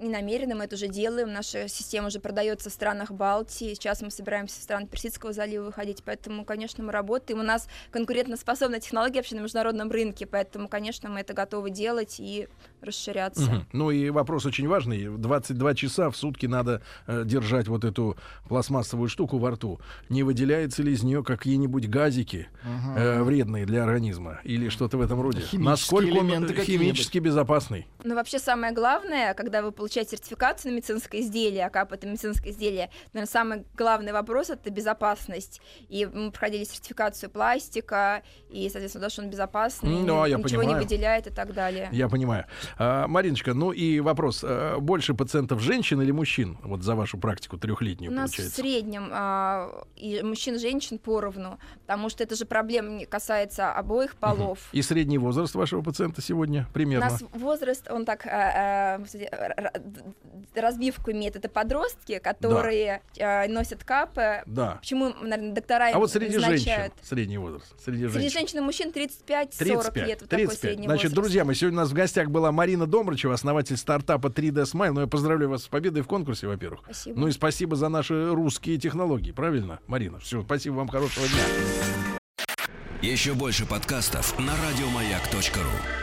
Speaker 4: не намерены, мы это уже делаем. Наша система уже продается в странах Балтии. Сейчас мы собираемся в страны Персидского залива выходить, поэтому, конечно, мы работаем. У нас конкурентоспособная технология вообще на международном рынке, поэтому, конечно, мы это готовы делать и расширяться.
Speaker 2: Мгм. Ну и вопрос очень важный. 22 часа в сутки надо э, держать вот эту пластмассовую штуку во рту. Не выделяются ли из нее какие-нибудь газики?
Speaker 3: Ага.
Speaker 2: э, вредные для организма или что-то в этом роде.
Speaker 3: Химические
Speaker 2: Насколько он
Speaker 3: элементы
Speaker 2: э, химически безопасный?
Speaker 4: Но вообще самое Ну, главное, когда вы получаете получать сертификацию на медицинское изделие, а как это медицинское изделие, наверное, самый главный вопрос — это безопасность. И мы проходили сертификацию пластика, и, соответственно, то, что он безопасный,
Speaker 2: Ну, а я
Speaker 4: ничего
Speaker 2: понимаю.
Speaker 4: не выделяет и так далее.
Speaker 2: Я понимаю. А, Мариночка, ну и вопрос. а, Больше пациентов женщин или мужчин? Вот за вашу практику трехлетнюю
Speaker 4: У нас в
Speaker 2: получается.
Speaker 4: среднем а, и мужчин и женщин поровну, потому что это же проблема не касается обоих полов.
Speaker 2: И средний возраст вашего пациента сегодня примерно?
Speaker 4: У нас возраст, он так а, а, кстати, р- р- д- разбивку имеет. Это подростки, которые а, носят капы.
Speaker 2: Да.
Speaker 4: Почему, наверное, доктора
Speaker 2: А
Speaker 4: им
Speaker 2: вот среди женщин
Speaker 4: назначают?
Speaker 2: средний возраст. Среди
Speaker 4: Среди
Speaker 2: женщин.
Speaker 4: женщин и мужчин 35-40 лет. Вот такой
Speaker 2: 35.
Speaker 4: средний
Speaker 2: Значит,
Speaker 4: возраст.
Speaker 2: друзья, мы сегодня у нас в гостях была Марина Домрачева, основатель стартапа 3D Smile. Ну, я поздравляю вас с победой в конкурсе, во-первых.
Speaker 4: Спасибо.
Speaker 2: Ну и спасибо за наши русские технологии, правильно, Марина? Все, спасибо вам, хорошего дня.
Speaker 1: Еще больше подкастов на радиомаяк.ру.